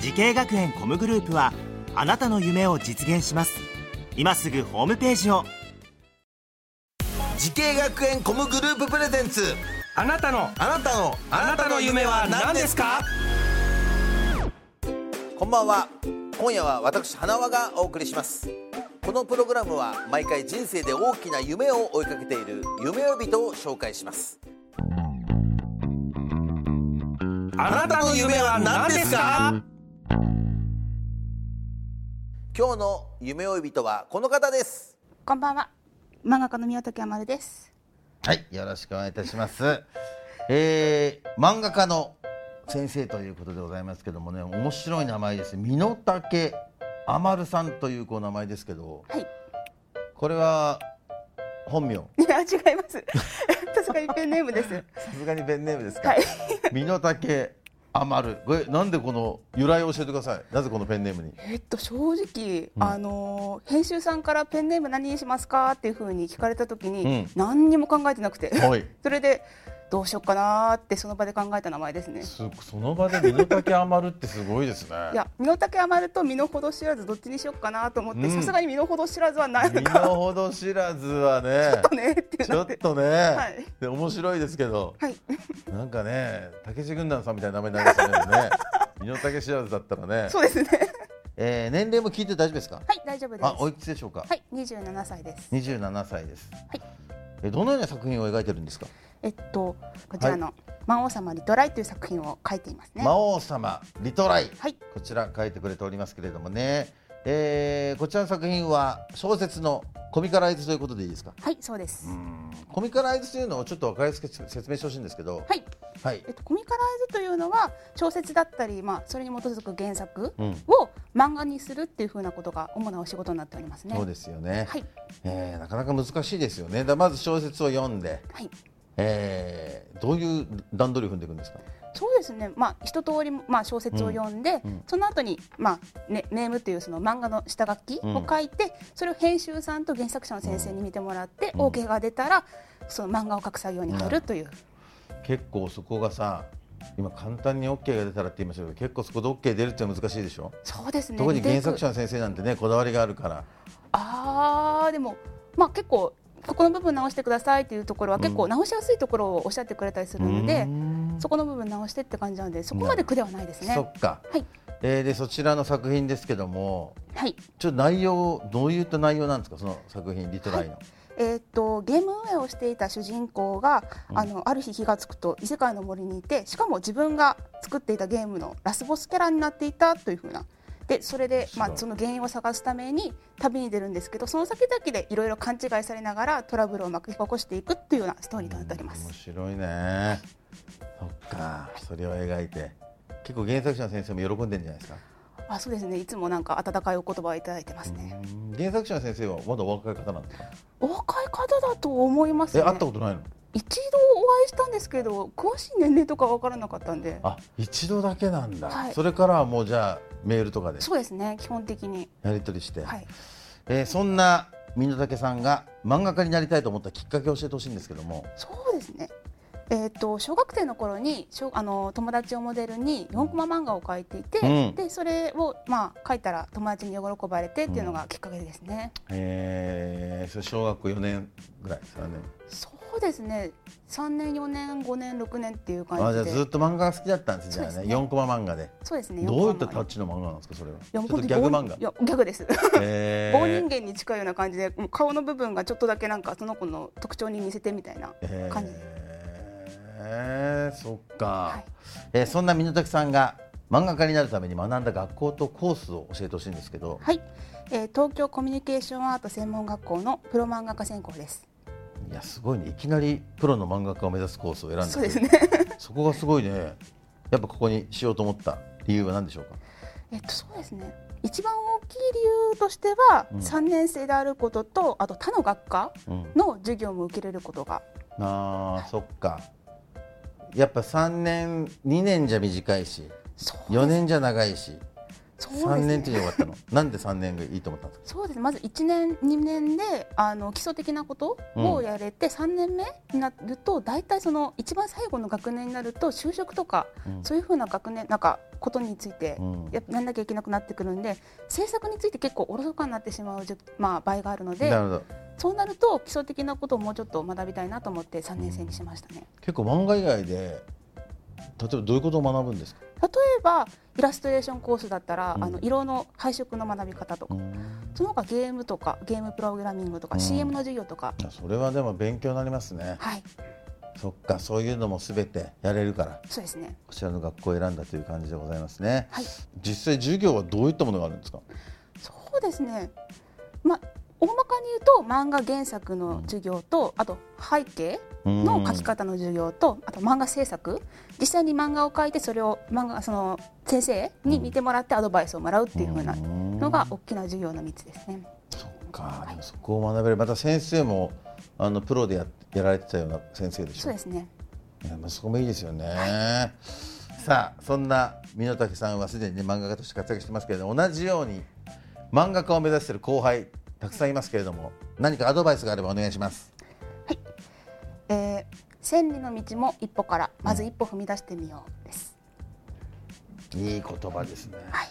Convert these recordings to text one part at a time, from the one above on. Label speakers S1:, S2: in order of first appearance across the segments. S1: 時系学園コムグループはあなたの夢を実現します今すぐホームページを
S2: 時系学園コムグループプレゼンツ
S3: あなたの
S2: あなたの
S3: あなたの夢は何ですか
S2: こんばんは今夜は私花輪がお送りしますこのプログラムは毎回人生で大きな夢を追いかけている夢呼人を紹介します
S3: あなたの夢は何ですか
S2: 今日の夢追い人はこの方です
S4: こんばんは。漫画家の宮崎あまるです。
S5: はい、よろしくお願いいたします。えー、漫画家の先生ということでございますけどもね、面白い名前です。美濃竹あまるさんというこう名前ですけど、
S4: はい。
S5: これは本名。
S4: いや、違います。 さすがにペンネームです。
S5: さすがにペンネームです
S4: はい。
S5: 美濃竹あまる。これなんでこの由来を教えてください。なぜこのペンネームに。
S4: えっと、正直、あのー編集さんからペンネーム何にしますかっていう風に聞かれた時に、
S5: うん
S4: 何にも考えてなくて。
S5: はい。
S4: それで、どうしようかなーって、その場で考えた名前ですね。
S5: すその場で美濃竹あまるってすごいですね。
S4: いや、身の丈余ると身の程知らず、どっちにしようかなと思っ
S5: う
S4: て、
S5: ん
S4: さすがに身の程知らずはないの
S5: 身の
S4: か。
S5: 程知らずはね。
S4: ねって
S5: ちょ
S4: なっ。
S5: ってとね、
S4: い
S5: で面白いですけど、
S4: はい。
S5: なんかね、たけし軍団さんみたいな名前になりましたね。身の丈知らずだったらね。
S4: そうですね。
S5: えー年齢も聞いて大丈夫ですか。
S4: はい、大丈夫です。
S5: あ、お
S4: はい
S5: くつでしょうか。
S4: い、二十七歳です。
S5: 二十七歳です。
S4: はい
S5: えーどのような作品を描いてるんですか。
S4: えっと、こちらの、魔王様リトライという作品を書いていますね。
S5: 魔王様リトライ、
S4: はい
S5: こちら書いてくれておりますけれどもね。えーこちらの作品は小説のコミカライズということでいいですか。
S4: はい、そうです。
S5: コミカライズというのをちょっとわかりやすく説明してほしいんですけど。
S4: はい。
S5: はい
S4: えっと、コミカライズというのは小説だったり、まあ、それに基づく原作
S5: うん
S4: を漫画にするっていうふうなことが主なお仕事になっておりますね。
S5: そうですよね、
S4: はい
S5: えーなかなか難しいですよねだからまず小説を読んで、
S4: はい、
S5: えーどういう段取りを踏んでいくんですか
S4: そうですね、まあ、一通り、まあ、小説を読んで、その後に、まあね、ネームというその漫画の下書きを書いて、それを編集さんと原作者の先生に見てもらって、OK が出たらその漫画を書く作業に入るという、
S5: 結構そこがさ今簡単に OK が出たらって言いましたけど結構そこで OK 出るって難しいでしょ、
S4: そうですね
S5: 特に
S4: 似てい
S5: 原
S4: く
S5: 作者の先生なんてねこだわりがあるから
S4: あーでもまあ結構ここの部分直してくださいっていうところは結構直しやすいところをおっしゃってくれたりするので、そこの部分直してって感じなのでそこまで苦ではないですね
S5: そ。っか、
S4: はい
S5: えーでそちらの作品ですけども
S4: はい
S5: ちょっと内容どういった内容なんですかその作品リトライの、
S4: えーっとゲーム運営をしていた主人公が、あのある日気がつくと異世界の森にいてしかも自分が作っていたゲームのラスボスキャラになっていたというふうなでそれで、まあ、その原因を探すために旅に出るんですけどその先々でいろいろ勘違いされながらトラブルを巻き起こしていくというようなストーリーとなっております
S5: 面。白いねそっかそれを描いて結構原作者の先生も喜んでるんじゃないですか
S4: あ、そうですね。いつもなんか温かいお言葉をいただいてますね。
S5: うん原作者の先生はまだお若い方なんですか
S4: お若い方だと思います
S5: え
S4: ね。
S5: 会ったことないの
S4: 一度お会いしたんですけど、詳しい年齢とかわからなかったんで。
S5: あ一度だけなんだ、
S4: はい
S5: それからはもうじゃあメールとかで
S4: そうですね。基本的に。
S5: やり取りして、
S4: はい。
S5: えーそんな美濃竹さんが漫画家になりたいと思ったきっかけを教えてほしいんですけども
S4: そうですね。えー、と小学生の頃に小あの友達をモデルに4コマ漫画を描いていて、
S5: うん
S4: でそれを、まあ、描いたら友達に喜ばれてっていうのがきっかけですね、
S5: えーそれ小学校4年ぐらいですかね
S4: そうですね3年4年5年6年っていう感
S5: あじゃ
S4: じ
S5: あ
S4: で
S5: ずっと漫画が好きだったんですねじゃあ
S4: そうで
S5: ね
S4: すね
S5: 4コマ漫画で
S4: そうですね
S5: どういった
S4: 4コ
S5: タ
S4: マ
S5: ッチの漫画なんですかそれはい
S4: やもう
S5: ちょっと
S4: 本
S5: ギ
S4: 当
S5: ャ
S4: に
S5: グ
S4: 棒
S5: 漫画
S4: いやギャグです
S5: えー
S4: 棒人間に近いような感じでもう顔の部分がちょっとだけなんかその子の特徴に似せてみたいな感じです、
S5: えー、そっか、
S4: はい
S5: えーそんな水滝さんが漫画家になるために学んだ学校とコースを教えてほしいんですけど、
S4: はい、えー東京コミュニケーションアート専門学校のプロ漫画家専攻です
S5: い、やすごいねいきなりプロの漫画家を目指すコースを選んだ
S4: そうです
S5: ね
S4: ね
S5: そこがすごいねやっぱここにしようと思った理由は何でしょうか
S4: えっと、そうですね一番大きい理由としては、
S5: うん
S4: 3年生であることとあと他の学科
S5: うん、
S4: の授業も受けれることが
S5: あーそっかやっぱ3年2年じゃ短いし
S4: そう
S5: 4年じゃ長いし
S4: そうですね
S5: 3年っていうのがよかったの なんで3年がいいと思ったんですか
S4: そうですねまず1年2年であの基礎的なことをやれて、3年目になると大体その一番最後の学年になると就職とか、
S5: うん
S4: そういうふうな学年なんかことについて
S5: うん
S4: やっぱやんなきゃいけなくなってくるんで政策について結構おろそかになってしまうじゅ、まあ、場合があるので
S5: なるほど
S4: そうなると基礎的なことをもうちょっと学びたいなと思って3年生にしましたね。
S5: 結構漫画以外で例えばどういうことを学ぶんですか、
S4: 例えばイラストレーションコースだったら、
S5: うん
S4: あの色の配色の学び方とか、その他ゲームとかゲームプログラミングとか、
S5: うん
S4: CM の授業とか、
S5: あそれはでも勉強になりますね
S4: はい
S5: そっかそういうのもすべてやれるから
S4: そうですね
S5: こちらの学校を選んだという感じでございますね、
S4: はい
S5: 実際授業はどういったものがあるんですか
S4: そうですねまあ大まかに言うと漫画原作の授業と、あと背景の書き方の授業と、あと漫画制作実際に漫画を描いてそれを漫画その先生に見てもらってアドバイスをもらうっていうふうなのが大きな授業の3つですね。
S5: そっかでもそこを学べるまた先生もあのプロでややられてたような先生でしょ
S4: そうですね
S5: いやまあそこもいいですよね、さあそんな箕竹さんはすでに、ね、漫画家として活躍してますけれども同じように漫画家を目指している後輩たくさんいますけれども何かアドバイスがあればお願いします
S4: えー千里の道も一歩からまず一歩踏み出してみようです、
S5: いい言葉ですね
S4: はい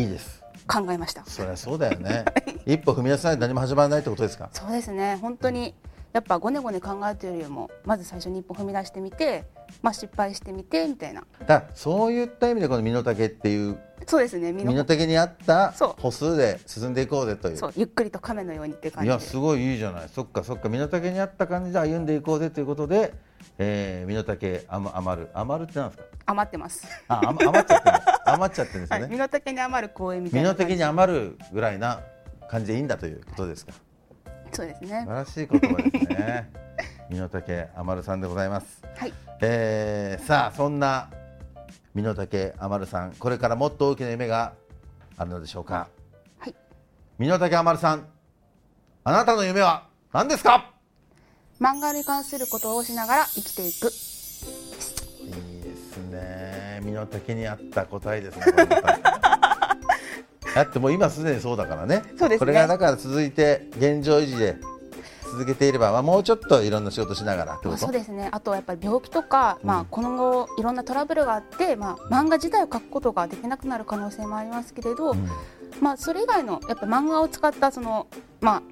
S5: いいです
S4: 考えました
S5: そりゃそうだ よね一歩踏み出さないと何も始まらないってことですか
S4: そうですね本当にやっぱごねごね考えてるよりもまず最初に一歩踏み出してみてまあ失敗してみてみたいな
S5: だからそういった意味でこの箕竹っていう
S4: そうですね身の
S5: 身の丈に合った
S4: そう
S5: 歩数で進んでいこうぜという
S4: そうゆっくりと亀のようにっていう感
S5: い
S4: じで
S5: やすごいいいじゃないそっかそっか身の丈に合った感じで歩んでいこうぜということで、えー、身の丈あま余る余るってなんですか
S4: 余ってます、
S5: ああま余っちゃってる 余っちゃってるんです
S4: は
S5: よ
S4: い、身
S5: ね、
S4: の丈に余る公園みた
S5: 身
S4: い
S5: の
S4: な感
S5: 丈
S4: じ
S5: に余るぐらいな感じでいいんだというこ とですか
S4: そうです
S5: 素
S4: ね
S5: 晴らしい言葉ですね身の丈余るさんでございます、
S4: はい
S5: えー、さあそんな身の丈余るさんこれからもっと大きな夢があるのでしょうか
S4: はい
S5: 身の丈余るさんあなたの夢は何ですか
S4: 漫画に関することをしながら生きていく
S5: いいですね。身の丈に合った答えですね。これま ただってもう今すでにそうだからね。
S4: そうですね
S5: これがだから続いて現状維持で続けていれば、まあもうちょっといろんな仕事しながらってこ
S4: あ
S5: と。
S4: そうですねあとはやっぱり病気とか、まあ、この後いろんなトラブルがあって、まあ、漫画自体を描くことができなくなる可能性もありますけれど、
S5: ん
S4: まあ、それ以外のやっぱ漫画を使ったその、まあ、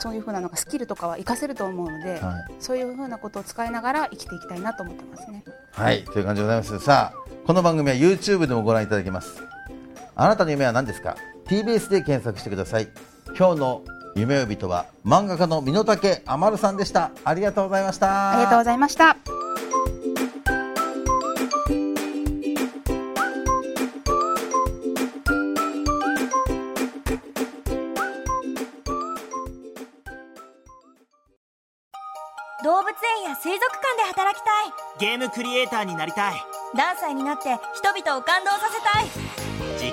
S4: そういうふうななんかスキルとかは活かせると思うので、
S5: はい。
S4: そういうふうなことを使いながら生きていきたいなと思ってますね。
S5: はい、という感じでございます。さあ、この番組は YouTube でもご覧いただけます。あなたの夢は何ですか ?TBS で検索してください。今日の夢呼びとは漫画家の身の丈余るさんでした。ありがとうございました。
S4: ありがとうございました
S6: 動物園や水族館で働きたい
S1: ゲームクリエイターになりたい
S6: 何歳になって人々を感動させたい
S1: 時